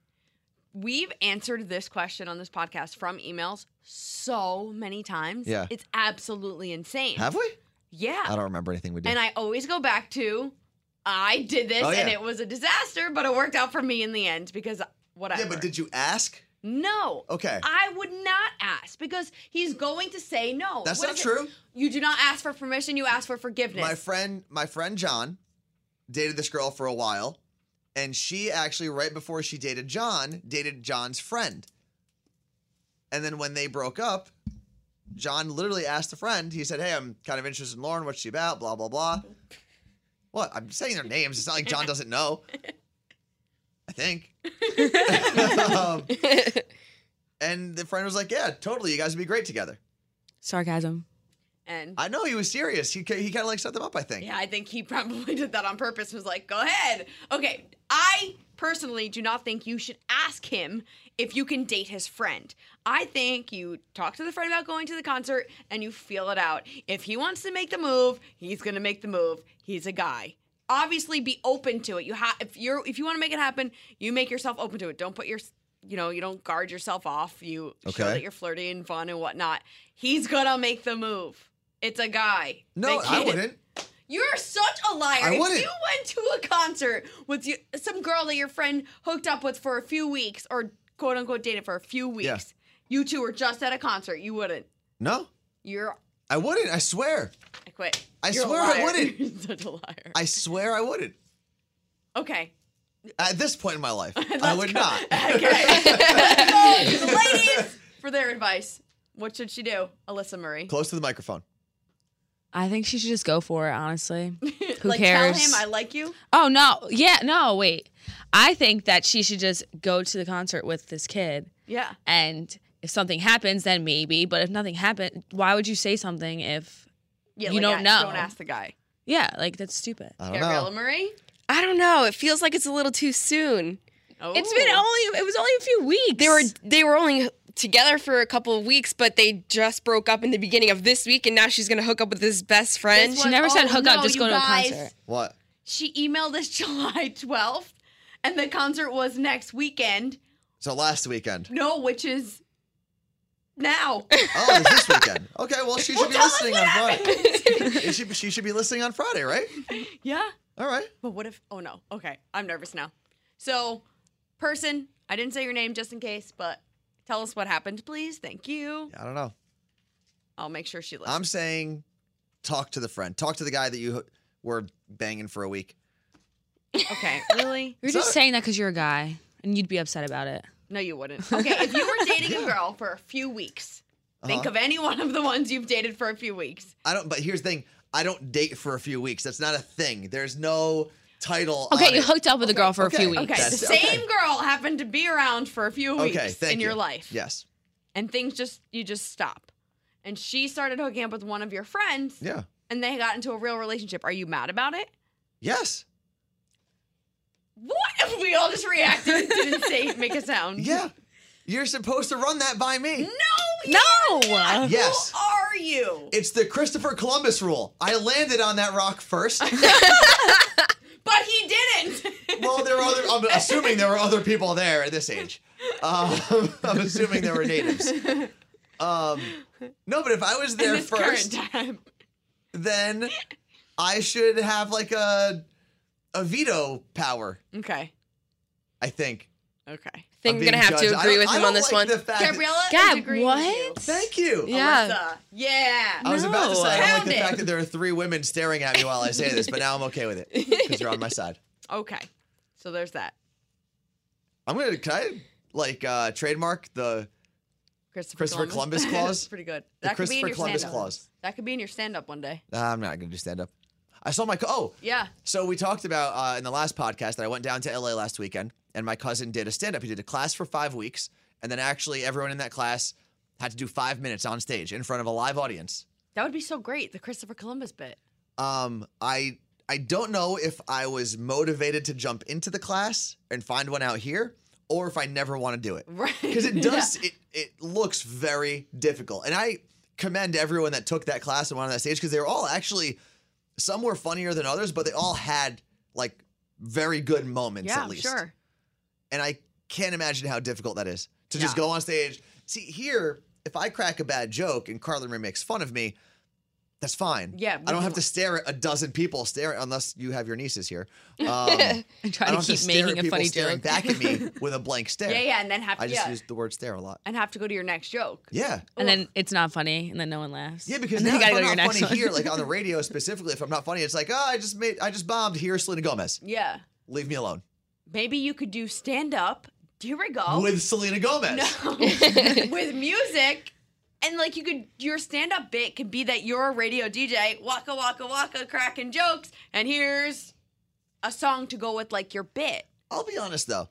[SPEAKER 4] We've answered this question on this podcast from emails so many times.
[SPEAKER 3] Yeah.
[SPEAKER 4] It's absolutely insane.
[SPEAKER 3] Have we?
[SPEAKER 4] yeah.
[SPEAKER 3] I don't remember anything we did.
[SPEAKER 4] And I always go back to I did this
[SPEAKER 3] Oh, yeah.
[SPEAKER 4] and it was a disaster, but it worked out for me in the end because whatever.
[SPEAKER 3] yeah, but did you ask?
[SPEAKER 4] No.
[SPEAKER 3] Okay.
[SPEAKER 4] I would not ask because he's going to say no.
[SPEAKER 3] That's
[SPEAKER 4] What
[SPEAKER 3] not
[SPEAKER 4] is it?
[SPEAKER 3] true.
[SPEAKER 4] You do not ask for permission, you ask for forgiveness.
[SPEAKER 3] My friend, my friend John, dated this girl for a while, and she actually, right before she dated John, dated John's friend. And then when they broke up, John literally asked the friend. He said, "Hey, I'm kind of interested in Lauren. What's she about? Blah blah blah." What? I'm saying their names. It's not like John doesn't know. I think. Um, and the friend was like, "Yeah, totally. You guys would be great together."
[SPEAKER 8] Sarcasm.
[SPEAKER 4] and
[SPEAKER 3] I know he was serious. He ca- he kind of like set them up. I think.
[SPEAKER 4] Yeah, I think he probably did that on purpose. Was like, go ahead. Okay, I personally do not think you should ask him if you can date his friend. I think you talk to the friend about going to the concert and you feel it out. If he wants to make the move, he's gonna make the move. He's a guy. Obviously, be open to it. You have if you're if you want to make it happen, you make yourself open to it. Don't put your you know you don't guard yourself off. You show
[SPEAKER 3] Okay.
[SPEAKER 4] that you're flirty and fun and whatnot. He's gonna make the move. It's a guy.
[SPEAKER 3] No,
[SPEAKER 4] They
[SPEAKER 3] I
[SPEAKER 4] can't-
[SPEAKER 3] wouldn't.
[SPEAKER 4] you're such a liar.
[SPEAKER 3] I
[SPEAKER 4] if
[SPEAKER 3] wouldn't.
[SPEAKER 4] you went to a concert with you, some girl that your friend hooked up with for a few weeks or quote unquote dated for a few weeks,
[SPEAKER 3] Yeah.
[SPEAKER 4] you two were just at a concert. You wouldn't.
[SPEAKER 3] No,
[SPEAKER 4] You're.
[SPEAKER 3] I wouldn't. I swear.
[SPEAKER 4] I quit.
[SPEAKER 3] I
[SPEAKER 4] You're a
[SPEAKER 3] swear I
[SPEAKER 4] liar.
[SPEAKER 3] wouldn't.
[SPEAKER 4] You're such a liar.
[SPEAKER 3] I swear I wouldn't.
[SPEAKER 4] Okay.
[SPEAKER 3] At this point in my life, I would not.
[SPEAKER 4] Okay. Let's go to the ladies for their advice. What should she do? Alyssa Murray.
[SPEAKER 3] Close to the microphone.
[SPEAKER 8] I think she should just go for it, honestly. Who
[SPEAKER 4] like
[SPEAKER 8] cares?
[SPEAKER 4] tell him I like you.
[SPEAKER 8] oh no, yeah, no, wait. I think that she should just go to the concert with this kid,
[SPEAKER 4] Yeah.
[SPEAKER 8] and if something happens, then maybe. But if nothing happened, why would you say something if?
[SPEAKER 4] Yeah.
[SPEAKER 8] You
[SPEAKER 4] like,
[SPEAKER 8] don't
[SPEAKER 4] I-
[SPEAKER 8] know.
[SPEAKER 4] Don't ask the guy.
[SPEAKER 8] Yeah, like that's stupid.
[SPEAKER 3] I don't
[SPEAKER 4] Gabriella
[SPEAKER 3] know.
[SPEAKER 4] Murray.
[SPEAKER 6] I don't know. It feels like it's a little too soon.
[SPEAKER 4] Oh.
[SPEAKER 8] It's been only it was only a few weeks.
[SPEAKER 6] They were they were only together for a couple of weeks, but they just broke up in the beginning of this week, and now she's gonna hook up with his best friend.
[SPEAKER 4] This
[SPEAKER 8] She never
[SPEAKER 4] was-
[SPEAKER 8] said
[SPEAKER 4] oh,
[SPEAKER 8] hook up,
[SPEAKER 4] no,
[SPEAKER 8] just go
[SPEAKER 4] you
[SPEAKER 8] to a
[SPEAKER 4] guys.
[SPEAKER 8] concert.
[SPEAKER 3] What?
[SPEAKER 4] She emailed us July 12th, and the concert was next weekend.
[SPEAKER 3] So last weekend.
[SPEAKER 4] No, which is now.
[SPEAKER 3] Oh, it was this weekend. Okay, well she should be listening on Friday. she, she should be listening on Friday, right?
[SPEAKER 4] yeah.
[SPEAKER 3] All right.
[SPEAKER 4] But what if? Oh no. Okay, I'm nervous now. So, person, I didn't say your name just in case, but tell us what happened, please. Thank you.
[SPEAKER 3] I don't know.
[SPEAKER 4] I'll make sure she listens.
[SPEAKER 3] I'm saying talk to the friend. Talk to the guy that you were banging for a week.
[SPEAKER 4] okay, really?
[SPEAKER 8] You're
[SPEAKER 3] So-
[SPEAKER 8] just saying that because you're a guy and you'd be upset about it.
[SPEAKER 4] No, you wouldn't. Okay, if you were dating a girl for a few weeks, think
[SPEAKER 3] Uh-huh.
[SPEAKER 4] of any one of the ones you've dated for a few weeks.
[SPEAKER 3] I don't but here's the thing. I don't date for a few weeks. That's not a thing. There's no title. on
[SPEAKER 8] Okay, you
[SPEAKER 3] it.
[SPEAKER 8] hooked up with a girl for a few
[SPEAKER 3] okay,
[SPEAKER 8] weeks.
[SPEAKER 4] Okay,
[SPEAKER 3] That's-
[SPEAKER 4] the
[SPEAKER 3] okay.
[SPEAKER 4] same girl happened to be around for a few weeks
[SPEAKER 3] Okay, thank
[SPEAKER 4] in
[SPEAKER 3] you.
[SPEAKER 4] your life.
[SPEAKER 3] Yes.
[SPEAKER 4] And things just you just stop. And she started hooking up with one of your friends
[SPEAKER 3] Yeah.
[SPEAKER 4] and they got into a real relationship. Are you mad about it?
[SPEAKER 3] Yes.
[SPEAKER 4] What if we all just reacted and didn't say make a sound?
[SPEAKER 3] Yeah. You're supposed to run that by me.
[SPEAKER 4] No,
[SPEAKER 8] No!
[SPEAKER 3] Yes.
[SPEAKER 4] who are you?
[SPEAKER 3] It's the Christopher Columbus rule. I landed on that rock first.
[SPEAKER 4] But he didn't.
[SPEAKER 3] well, there were other. I'm assuming there were other people there at this age. Um, I'm assuming there were natives. Um, no, but if I was there
[SPEAKER 4] this current
[SPEAKER 3] first,
[SPEAKER 4] time.
[SPEAKER 3] then I should have like a a veto power.
[SPEAKER 4] Okay.
[SPEAKER 3] I think.
[SPEAKER 4] Okay.
[SPEAKER 6] I think
[SPEAKER 3] I'm
[SPEAKER 6] I'm
[SPEAKER 3] being
[SPEAKER 6] gonna have to
[SPEAKER 3] judged. I
[SPEAKER 6] agree
[SPEAKER 3] don't-
[SPEAKER 6] with
[SPEAKER 3] I
[SPEAKER 6] him on
[SPEAKER 3] don't
[SPEAKER 6] this
[SPEAKER 3] like
[SPEAKER 6] one.
[SPEAKER 3] the fact that-
[SPEAKER 4] Gabriella,
[SPEAKER 8] God,
[SPEAKER 4] is agreeing
[SPEAKER 8] what?
[SPEAKER 4] With you.
[SPEAKER 3] thank you.
[SPEAKER 6] yeah,
[SPEAKER 4] Alyssa, yeah.
[SPEAKER 3] I was about to say I don't like
[SPEAKER 4] Pound
[SPEAKER 3] the
[SPEAKER 4] it.
[SPEAKER 3] fact that there are three women staring at me while I say this, but now I'm okay with it because you're on my side.
[SPEAKER 4] Okay. So there's that.
[SPEAKER 3] I'm gonna can I like uh, trademark the
[SPEAKER 4] Christopher,
[SPEAKER 3] Christopher Columbus clause?
[SPEAKER 4] pretty good.
[SPEAKER 3] The
[SPEAKER 4] That could be in
[SPEAKER 3] Christopher
[SPEAKER 4] your
[SPEAKER 3] Columbus
[SPEAKER 4] stand-up.
[SPEAKER 3] clause.
[SPEAKER 4] That could be in your stand-up one day.
[SPEAKER 3] Nah, I'm not gonna do stand up. I saw my co- oh
[SPEAKER 4] Yeah.
[SPEAKER 3] So we talked about uh, in the last podcast that I went down to LA last weekend, and my cousin did a stand up. He did a class for five weeks, and then actually everyone in that class had to do five minutes on stage in front of a live audience.
[SPEAKER 4] That would be so great. The Christopher Columbus bit.
[SPEAKER 3] Um, I I don't know if I was motivated to jump into the class and find one out here, or if I never want to do it
[SPEAKER 4] Right.
[SPEAKER 3] because it does it it looks very difficult and i commend everyone that took that class and went on that stage because they were all actually some were funnier than others but they all had like very good moments
[SPEAKER 4] Yeah,
[SPEAKER 3] at least
[SPEAKER 4] sure.
[SPEAKER 3] and i can't imagine how difficult that is to just
[SPEAKER 4] Yeah.
[SPEAKER 3] go on stage see here if i crack a bad joke and carla Marie makes fun of me that's fine
[SPEAKER 4] Yeah,
[SPEAKER 3] i
[SPEAKER 4] we
[SPEAKER 3] don't have to
[SPEAKER 4] can-
[SPEAKER 3] stare at a dozen people staring unless you have your nieces here um,
[SPEAKER 8] I'm
[SPEAKER 3] i
[SPEAKER 8] trying
[SPEAKER 3] don't
[SPEAKER 8] to keep
[SPEAKER 3] have to stare
[SPEAKER 8] making
[SPEAKER 3] at
[SPEAKER 8] a
[SPEAKER 3] people
[SPEAKER 8] funny
[SPEAKER 3] staring
[SPEAKER 8] joke.
[SPEAKER 3] back at me with a blank stare
[SPEAKER 4] Yeah, yeah, and then have
[SPEAKER 3] i
[SPEAKER 4] to
[SPEAKER 3] just
[SPEAKER 4] yeah,
[SPEAKER 3] used the word stare a lot
[SPEAKER 4] and have to go to your next joke.
[SPEAKER 3] yeah
[SPEAKER 8] And then it's not funny, and then no one laughs.
[SPEAKER 3] Yeah, because
[SPEAKER 8] and then
[SPEAKER 3] now
[SPEAKER 8] you gotta
[SPEAKER 3] if
[SPEAKER 8] go to your
[SPEAKER 3] I'm not
[SPEAKER 8] next
[SPEAKER 3] funny
[SPEAKER 8] one.
[SPEAKER 3] here, like on the radio specifically, if I'm not funny, it's like, oh, I just made, I just bombed. Here's Selena Gomez.
[SPEAKER 4] Yeah.
[SPEAKER 3] Leave me alone
[SPEAKER 4] Maybe you could do stand-up. Here we go.
[SPEAKER 3] with Selena Gomez.
[SPEAKER 4] Oh. No. with music. And like you could, your stand up bit could be that you're a radio DJ, waka waka waka, cracking jokes, and here's a song to go with like your bit.
[SPEAKER 3] I'll be honest though,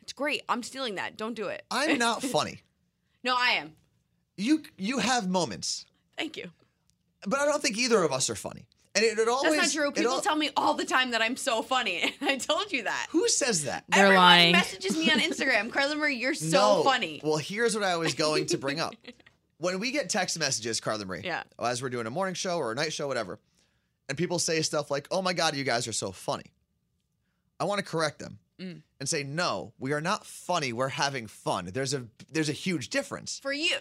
[SPEAKER 4] It's great. I'm stealing that. Don't do it.
[SPEAKER 3] I'm not funny.
[SPEAKER 4] No, I am.
[SPEAKER 3] You you have moments,
[SPEAKER 4] Thank you.
[SPEAKER 3] but I don't think either of us are funny. And it, it always
[SPEAKER 4] That's not true.
[SPEAKER 3] it
[SPEAKER 4] People
[SPEAKER 3] al-
[SPEAKER 4] tell me all the time that I'm so funny, and I told you that.
[SPEAKER 3] who says that.
[SPEAKER 8] They're
[SPEAKER 4] Everyone
[SPEAKER 8] lying.
[SPEAKER 4] messages me on Instagram, Carla Marie, you're so
[SPEAKER 3] no.
[SPEAKER 4] funny.
[SPEAKER 3] Well, here's what I was going to bring up. When we get text messages, Carla Marie, oh,
[SPEAKER 4] Yeah.
[SPEAKER 3] as we're doing a morning show or a night show, whatever, and people say stuff like, oh my God, you guys are so funny. I want to correct them
[SPEAKER 4] Mm.
[SPEAKER 3] and say, no, we are not funny. We're having fun. There's a there's a huge difference.
[SPEAKER 4] For you.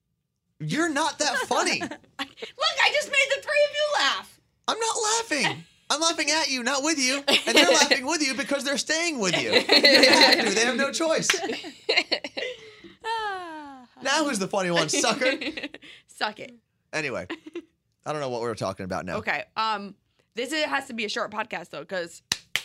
[SPEAKER 3] You're not that funny.
[SPEAKER 4] I- Look, I just made the three of you laugh.
[SPEAKER 3] I'm not laughing. I'm laughing at you, not with you. And they're laughing with you because they're staying with you. They have to. They have no choice. now who's the funny one, sucker?
[SPEAKER 4] Suck it.
[SPEAKER 3] Anyway, I don't know what we were talking about now.
[SPEAKER 4] Okay. Um, this is, has to be a short podcast though, because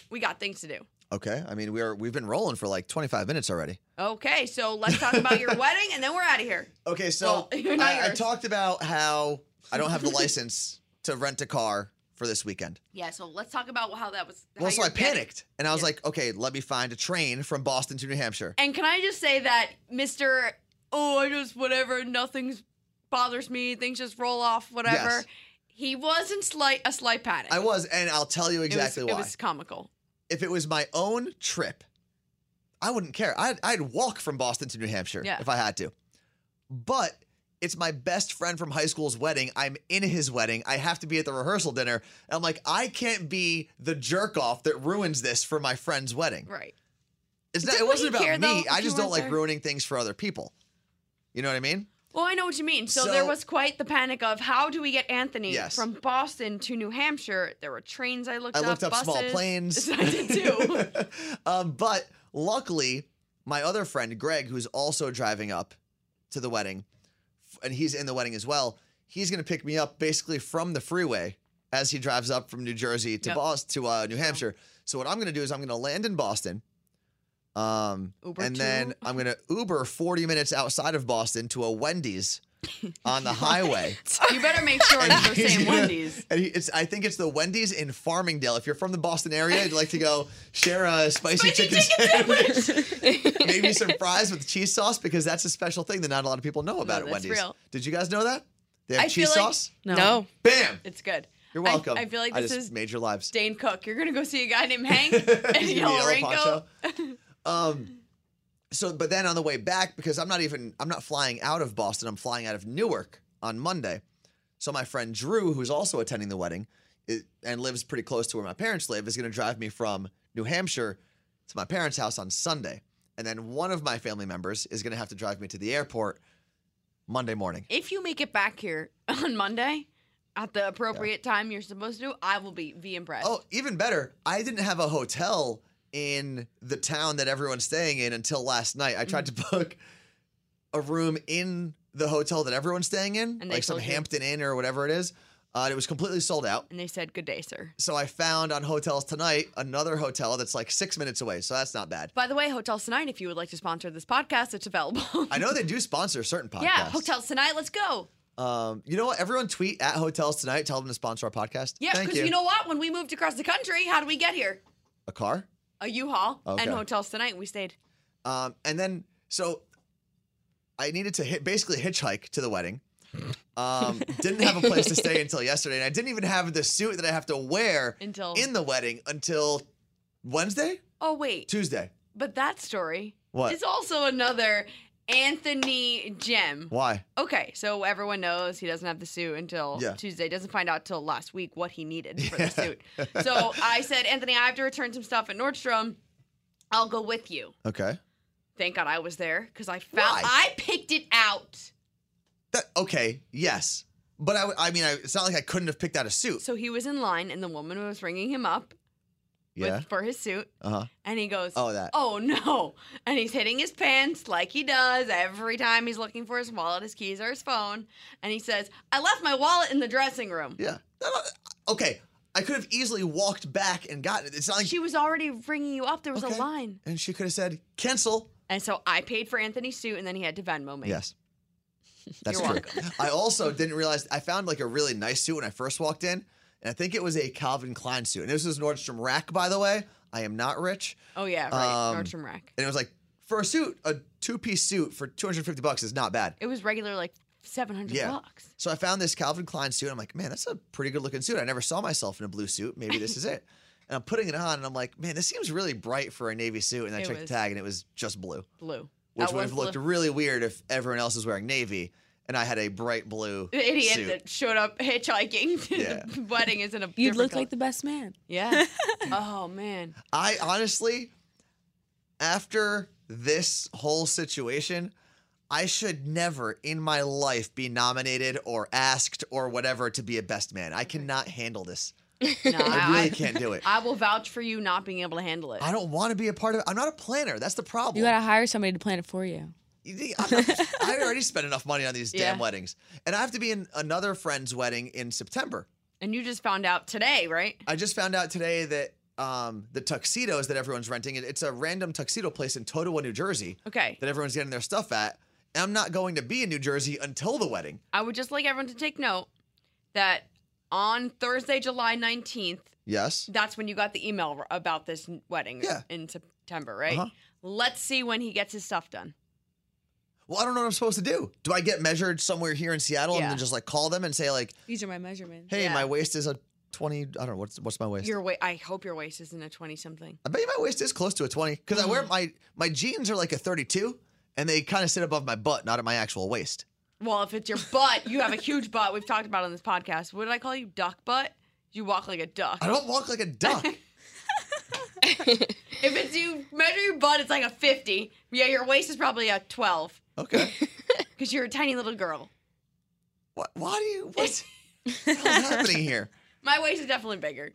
[SPEAKER 4] we got things to do.
[SPEAKER 3] Okay. I mean, we are we've been rolling for like 25 minutes already.
[SPEAKER 4] Okay, so let's talk about your wedding, and then we're out of here.
[SPEAKER 3] Okay, so
[SPEAKER 4] Well, you're not
[SPEAKER 3] I, I
[SPEAKER 4] yours.
[SPEAKER 3] talked about how I don't have the license to rent a car for this weekend.
[SPEAKER 4] Yeah. So let's talk about how that was. how
[SPEAKER 3] Well, so
[SPEAKER 4] you're
[SPEAKER 3] I
[SPEAKER 4] getting-
[SPEAKER 3] panicked and I was like, okay, let me find a train from Boston to New Hampshire.
[SPEAKER 4] And can I just say that, Mister? Oh, I just whatever. Nothing's bothers me. Things just roll off. Whatever.
[SPEAKER 3] Yes.
[SPEAKER 4] He was in slight a slight panic.
[SPEAKER 3] I was, and I'll tell you
[SPEAKER 4] It was-
[SPEAKER 3] exactly
[SPEAKER 4] it
[SPEAKER 3] why.
[SPEAKER 4] was comical.
[SPEAKER 3] if it was my own trip, I wouldn't care. I'd, I'd walk from Boston to New Hampshire
[SPEAKER 4] Yeah.
[SPEAKER 3] if I had to. but it's my best friend from high school's wedding. I'm in his wedding. I have to be at the rehearsal dinner. I'm like, I can't be the jerk off that ruins this for my friend's wedding.
[SPEAKER 4] Right.
[SPEAKER 3] It's not, it
[SPEAKER 4] Doesn't
[SPEAKER 3] wasn't
[SPEAKER 4] he
[SPEAKER 3] about
[SPEAKER 4] care, though,
[SPEAKER 3] me.
[SPEAKER 4] if
[SPEAKER 3] I
[SPEAKER 4] you
[SPEAKER 3] just
[SPEAKER 4] weren't
[SPEAKER 3] don't like
[SPEAKER 4] there?
[SPEAKER 3] ruining things for other people. You know what I mean?
[SPEAKER 4] Well, I know what you mean. So, there
[SPEAKER 3] So-
[SPEAKER 4] was quite the panic of how do we get Anthony
[SPEAKER 3] Yes.
[SPEAKER 4] from Boston to New Hampshire? There were trains I looked
[SPEAKER 3] I
[SPEAKER 4] up.
[SPEAKER 3] looked up small
[SPEAKER 4] buses.
[SPEAKER 3] planes.
[SPEAKER 4] I did too.
[SPEAKER 3] um, but luckily, my other friend Greg, who's also driving up to the wedding, f- and he's in the wedding as well. He's going to pick me up basically from the freeway as he drives up from New Jersey to
[SPEAKER 4] Yep.
[SPEAKER 3] Boston to uh, New Hampshire. So what I'm going to do is I'm going to land in Boston. Um,
[SPEAKER 4] Uber
[SPEAKER 3] and
[SPEAKER 4] to-
[SPEAKER 3] then I'm going to Uber 40 minutes outside of Boston to a Wendy's on the highway.
[SPEAKER 4] you better make sure it's the
[SPEAKER 3] he's
[SPEAKER 4] same
[SPEAKER 3] gonna-
[SPEAKER 4] Wendy's.
[SPEAKER 3] And he, it's, I think it's the Wendy's in Farmingdale. If you're from the Boston area, I'd like to go share a spicy, chicken, sandwich. Maybe some fries with cheese sauce because that's a special thing that not a lot of people know about at
[SPEAKER 4] that's
[SPEAKER 3] Wendy's.
[SPEAKER 4] real.
[SPEAKER 3] Did you guys know that? They have
[SPEAKER 4] I feel
[SPEAKER 3] cheese
[SPEAKER 4] like-
[SPEAKER 3] sauce?
[SPEAKER 6] No.
[SPEAKER 3] Bam!
[SPEAKER 4] It's good.
[SPEAKER 3] You're
[SPEAKER 4] I-
[SPEAKER 3] welcome.
[SPEAKER 4] I, feel like
[SPEAKER 3] I
[SPEAKER 4] this
[SPEAKER 3] just
[SPEAKER 4] is
[SPEAKER 3] made your lives.
[SPEAKER 4] Dane Cook. You're gonna go see a guy named Hank and
[SPEAKER 3] He's
[SPEAKER 4] yellow,
[SPEAKER 3] gonna be a
[SPEAKER 4] Ranko.
[SPEAKER 3] poncho. Um, so, but then on the way back, because I'm not even, I'm not flying out of Boston. I'm flying out of Newark on Monday. So my friend Drew, who's also attending the wedding i- and lives pretty close to where my parents live, is going to drive me from New Hampshire to my parents' house on Sunday. And then one of my family members is going to have to drive me to the airport Monday morning.
[SPEAKER 4] If you make it back here on Monday at the appropriate time you're supposed to, I will be be impressed.
[SPEAKER 3] Oh, even better. I didn't have a hotel in the town that everyone's staying in until last night. I tried
[SPEAKER 4] Mm.
[SPEAKER 3] to book a room in the hotel that everyone's staying in,
[SPEAKER 4] And they
[SPEAKER 3] like some
[SPEAKER 4] told you.
[SPEAKER 3] Hampton Inn or whatever it is. Uh, and it was completely sold out.
[SPEAKER 4] And they said, "Good day, sir."
[SPEAKER 3] So I found on Hotels Tonight another hotel that's like six minutes away. So that's not bad.
[SPEAKER 4] By the way, Hotels Tonight, if you would like to sponsor this podcast, it's available.
[SPEAKER 3] I know they do sponsor certain podcasts.
[SPEAKER 4] yeah, Hotels Tonight, let's go.
[SPEAKER 3] Um, you know what? Everyone tweet at Hotels Tonight. Tell them to sponsor our podcast.
[SPEAKER 4] Yeah,
[SPEAKER 3] Thank
[SPEAKER 4] because you. know what? When we moved across the country, how did we get here?
[SPEAKER 3] a car.
[SPEAKER 4] A U-Haul
[SPEAKER 3] Okay.
[SPEAKER 4] and Hotels Tonight. We stayed.
[SPEAKER 3] Um, and then so I needed to hit, basically hitchhike to the wedding. Um, didn't have a place to stay until yesterday, and I didn't even have the suit that I have to wear
[SPEAKER 4] Until-
[SPEAKER 3] in the wedding until Wednesday,
[SPEAKER 4] Oh wait,
[SPEAKER 3] Tuesday.
[SPEAKER 4] but that story
[SPEAKER 3] What?
[SPEAKER 4] is also another Anthony gem.
[SPEAKER 3] Why?
[SPEAKER 4] Okay, so everyone knows he doesn't have the suit until
[SPEAKER 3] Yeah.
[SPEAKER 4] Tuesday. Doesn't find out till last week what he needed for the suit. So I said, Anthony, I have to return some stuff at Nordstrom. I'll go with you.
[SPEAKER 3] Okay.
[SPEAKER 4] Thank God I was there because I found
[SPEAKER 3] Why?
[SPEAKER 4] I picked it out.
[SPEAKER 3] That okay. Yes, but I, w- I mean, I, it's not like I couldn't have picked out a suit.
[SPEAKER 4] So he was in line, and the woman was ringing him up
[SPEAKER 3] yeah.
[SPEAKER 4] with, for his suit,
[SPEAKER 3] Uh huh.
[SPEAKER 4] and he goes,
[SPEAKER 3] Oh, that.
[SPEAKER 4] oh no!" And he's hitting his pants like he does every time he's looking for his wallet, his keys, or his phone. And he says, "I left my wallet in the dressing room."
[SPEAKER 3] Yeah. No, no, Okay. I could have easily walked back and gotten it. It's not like
[SPEAKER 4] She was already ringing you up. There was
[SPEAKER 3] Okay.
[SPEAKER 4] a line,
[SPEAKER 3] and she could have said cancel.
[SPEAKER 4] and so I paid for Anthony's suit, and then he had to Venmo me.
[SPEAKER 3] Yes. That's
[SPEAKER 4] You're
[SPEAKER 3] true. I also didn't realize I found like a really nice suit when I first walked in, and I think it was a Calvin Klein suit. And this was Nordstrom Rack, by the way. I am not rich.
[SPEAKER 4] Oh yeah, right.
[SPEAKER 3] Um,
[SPEAKER 4] Nordstrom rack.
[SPEAKER 3] And it was like for a suit, a two piece suit for 250 bucks is not bad.
[SPEAKER 4] It was regular like seven hundred
[SPEAKER 3] Yeah.
[SPEAKER 4] bucks.
[SPEAKER 3] So I found this Calvin Klein suit. I'm like, man, that's a pretty good looking suit. I never saw myself in a blue suit. Maybe this is it. And I'm putting it on, and I'm like, man, this seems really bright for a navy suit. And I
[SPEAKER 4] It
[SPEAKER 3] checked
[SPEAKER 4] was-
[SPEAKER 3] the tag, and it was just blue,
[SPEAKER 4] Blue.
[SPEAKER 3] which
[SPEAKER 4] That
[SPEAKER 3] would
[SPEAKER 4] was
[SPEAKER 3] have looked
[SPEAKER 4] blue.
[SPEAKER 3] really weird if everyone else was wearing navy, and I had a bright blue
[SPEAKER 4] The idiot
[SPEAKER 3] suit.
[SPEAKER 4] that showed up hitchhiking to
[SPEAKER 3] Yeah.
[SPEAKER 4] the wedding is in a.
[SPEAKER 5] You'd
[SPEAKER 4] different
[SPEAKER 5] look
[SPEAKER 4] color.
[SPEAKER 5] like the best man.
[SPEAKER 4] Yeah. oh man.
[SPEAKER 3] I honestly, after this whole situation, I should never in my life be nominated or asked or whatever to be a best man. I cannot handle this.
[SPEAKER 4] No,
[SPEAKER 3] I
[SPEAKER 4] I,
[SPEAKER 3] really can't do it.
[SPEAKER 4] I will vouch for you not being able to handle it.
[SPEAKER 3] I don't want to be a part of it. I'm not a planner. That's the problem.
[SPEAKER 5] You gotta hire somebody to plan it for you.
[SPEAKER 3] You think- I'm not- I already spent enough money on these damn
[SPEAKER 4] Yeah.
[SPEAKER 3] weddings. And I have to be in another friend's wedding in September.
[SPEAKER 4] And you just found out today, right?
[SPEAKER 3] I just found out today that um, the tuxedos that everyone's renting, it- it's a random tuxedo place in Totowa, New Jersey.
[SPEAKER 4] Okay.
[SPEAKER 3] that everyone's getting their stuff at. And I'm not going to be in New Jersey until the wedding.
[SPEAKER 4] I would just like everyone to take note that on Thursday, July 19th,
[SPEAKER 3] Yes.
[SPEAKER 4] that's when you got the email r- about this n- wedding
[SPEAKER 3] Yeah.
[SPEAKER 4] in September, right?
[SPEAKER 3] Uh-huh.
[SPEAKER 4] Let's see when he gets his stuff done.
[SPEAKER 3] Well, I don't know what I'm supposed to do. Do I get measured somewhere here in Seattle and
[SPEAKER 4] Yeah.
[SPEAKER 3] then just like call them and say like,
[SPEAKER 5] These are my measurements.
[SPEAKER 3] "Hey,
[SPEAKER 4] Yeah.
[SPEAKER 3] my waist is a 20. I don't know what's what's my waist.
[SPEAKER 4] Your weight, I hope your waist isn't a 20 something. Mm.
[SPEAKER 3] I bet you my waist is close to a 20 because I wear my my jeans are like a 32 and they kind of sit above my butt, not at my actual waist.
[SPEAKER 4] Well, if it's your butt, you have a huge butt. We've talked about it on this podcast. What did I call you? Duck butt? You walk like a duck.
[SPEAKER 3] I don't walk like a duck.
[SPEAKER 4] If it's you measure your butt, it's like a 50. Yeah, your waist is probably a 12
[SPEAKER 3] Okay.
[SPEAKER 4] because you're a tiny little girl.
[SPEAKER 3] What? Why do you? What's, what's happening here?
[SPEAKER 4] My waist is definitely bigger.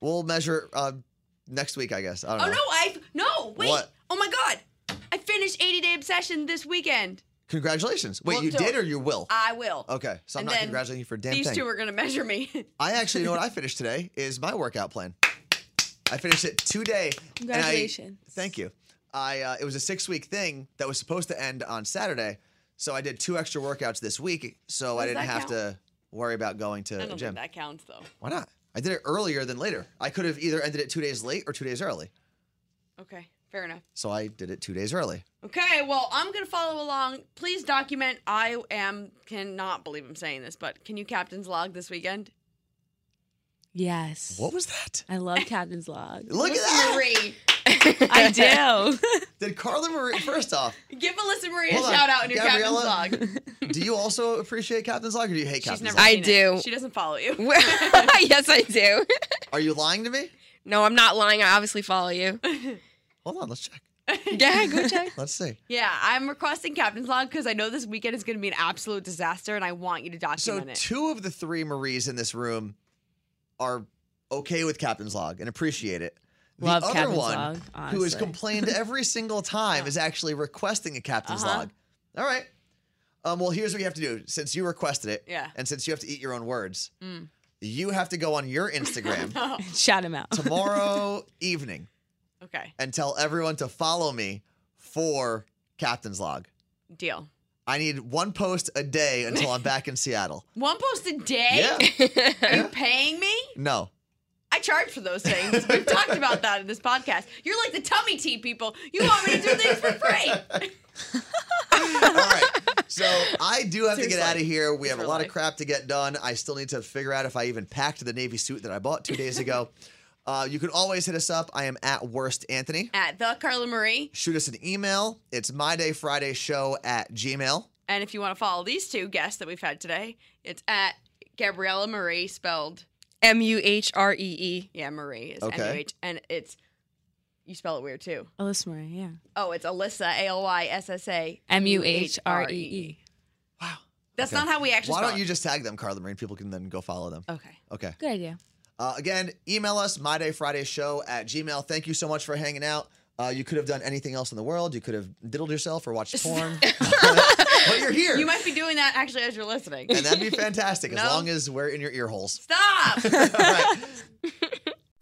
[SPEAKER 3] We'll measure uh, next week, I guess. I don't
[SPEAKER 4] Oh
[SPEAKER 3] know.
[SPEAKER 4] no, I no wait.
[SPEAKER 3] What?
[SPEAKER 4] Oh my god, I finished 80 Day Obsession this weekend.
[SPEAKER 3] Congratulations. Wait,
[SPEAKER 4] Well, Uh,
[SPEAKER 3] you
[SPEAKER 4] don't-
[SPEAKER 3] did or you will?
[SPEAKER 4] I will.
[SPEAKER 3] okay, so I'm
[SPEAKER 4] and
[SPEAKER 3] not
[SPEAKER 4] then
[SPEAKER 3] congratulating you for a damn
[SPEAKER 4] These
[SPEAKER 3] thing.
[SPEAKER 4] two are gonna measure me.
[SPEAKER 3] I actually you know what I finished today is my workout plan. I finished it today. and I-
[SPEAKER 5] Congratulations.
[SPEAKER 3] thank you. I uh, it was a six week thing that was supposed to end on Saturday, so I did two extra workouts this week, so I
[SPEAKER 4] Does
[SPEAKER 3] didn't
[SPEAKER 4] that
[SPEAKER 3] have
[SPEAKER 4] count?
[SPEAKER 3] to worry about going to
[SPEAKER 4] I
[SPEAKER 3] the
[SPEAKER 4] don't
[SPEAKER 3] gym.
[SPEAKER 4] think that counts though.
[SPEAKER 3] Why not? I did it earlier than later. I could have either ended it two days late or two days early.
[SPEAKER 4] Okay, fair enough.
[SPEAKER 3] So I did it two days early.
[SPEAKER 4] Okay, well I'm gonna follow along. Please document. I am cannot believe I'm saying this, but can you captain's log this weekend?
[SPEAKER 5] Yes.
[SPEAKER 3] What was that?
[SPEAKER 5] I love Captain's Log.
[SPEAKER 3] Look at that!
[SPEAKER 4] Marie,
[SPEAKER 5] I do.
[SPEAKER 3] Did Carla Marie? First off,
[SPEAKER 4] give Alyssa Marie
[SPEAKER 3] Hold
[SPEAKER 4] a
[SPEAKER 3] on,
[SPEAKER 4] shout out in your
[SPEAKER 3] Gabriella?
[SPEAKER 4] captain's log.
[SPEAKER 3] do you also appreciate Captain's Log, or do you hate
[SPEAKER 4] She's
[SPEAKER 3] Captain's
[SPEAKER 4] never.
[SPEAKER 3] Log?
[SPEAKER 6] I
[SPEAKER 4] seen it.
[SPEAKER 6] do.
[SPEAKER 4] She doesn't follow you.
[SPEAKER 6] yes, I do.
[SPEAKER 3] Are you lying to me?
[SPEAKER 6] No, I'm not lying. I obviously follow you.
[SPEAKER 3] Hold on, let's check.
[SPEAKER 6] Yeah, go check.
[SPEAKER 3] Let's see.
[SPEAKER 4] Yeah, I'm requesting captain's log because I know this weekend is going to be an absolute disaster, and I want you to
[SPEAKER 3] So
[SPEAKER 4] document it.
[SPEAKER 3] two of the three Maries in this room are okay with Captain's Log and appreciate it. The
[SPEAKER 5] Love
[SPEAKER 3] other
[SPEAKER 5] Captain's
[SPEAKER 3] one,
[SPEAKER 5] Log,
[SPEAKER 3] who has
[SPEAKER 5] honestly.
[SPEAKER 3] complained every single time, is actually requesting a Captain's
[SPEAKER 4] Uh-huh.
[SPEAKER 3] Log. All right. Um, well, here's what you have to do. Since you requested it,
[SPEAKER 4] Yeah. Mm.
[SPEAKER 3] and since you have to eat your own words, you have to go on your Instagram
[SPEAKER 5] Shout him out.
[SPEAKER 3] tomorrow evening
[SPEAKER 4] okay,
[SPEAKER 3] and tell everyone to follow me for Captain's Log.
[SPEAKER 4] deal.
[SPEAKER 3] I need one post a day until I'm back in Seattle.
[SPEAKER 4] One post a day?
[SPEAKER 3] Yeah.
[SPEAKER 4] Are you paying me?
[SPEAKER 3] No.
[SPEAKER 4] I charge for those things. We've talked about that in this podcast. You're like the tummy tea people. You want me to do things for free.
[SPEAKER 3] All right. So I do have to get
[SPEAKER 4] Seriously.
[SPEAKER 3] out of here. We have a
[SPEAKER 4] her
[SPEAKER 3] lot of
[SPEAKER 4] life.
[SPEAKER 3] crap to get done. I still need to figure out if I even packed the Navy suit that I bought two days ago. uh, you can always hit us up. I am at worst Anthony.
[SPEAKER 4] At the Carla Marie.
[SPEAKER 3] Shoot us an email. It's my day Friday show at Gmail.
[SPEAKER 4] And if you want to follow these two guests that we've had today, it's at Gabriella Marie, spelled,
[SPEAKER 6] M U H R E E.
[SPEAKER 4] yeah, Marie is
[SPEAKER 3] Okay.
[SPEAKER 4] M-U-H, and it's, you spell it weird too.
[SPEAKER 5] Alyssa Marie, yeah.
[SPEAKER 4] Oh, it's Alyssa, A L Y S S A
[SPEAKER 5] M U H R E E.
[SPEAKER 4] That's not how we actually
[SPEAKER 3] Why
[SPEAKER 4] spell
[SPEAKER 3] don't
[SPEAKER 4] it.
[SPEAKER 3] you just tag them, Carla Marie? and People can then go follow them.
[SPEAKER 4] Okay.
[SPEAKER 3] Okay.
[SPEAKER 5] Good idea.
[SPEAKER 3] Uh, again, email us mydayfridayshow at gmail. Thank you so much for hanging out. Uh, you could have done anything else in the world. You could have diddled yourself or watched porn, but you're here,
[SPEAKER 4] You might be doing that actually as you're listening.
[SPEAKER 3] and that'd be fantastic as
[SPEAKER 4] No.
[SPEAKER 3] long as we're in your ear holes.
[SPEAKER 4] Stop!
[SPEAKER 3] All right.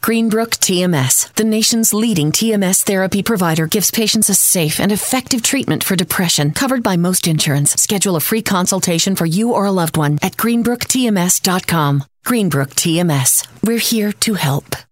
[SPEAKER 1] Greenbrook TMS, the nation's leading TMS therapy provider, gives patients a safe and effective treatment for depression covered by most insurance. Schedule a free consultation for you or a loved one at greenbrooktms.com. Greenbrook TMS, we're here to help.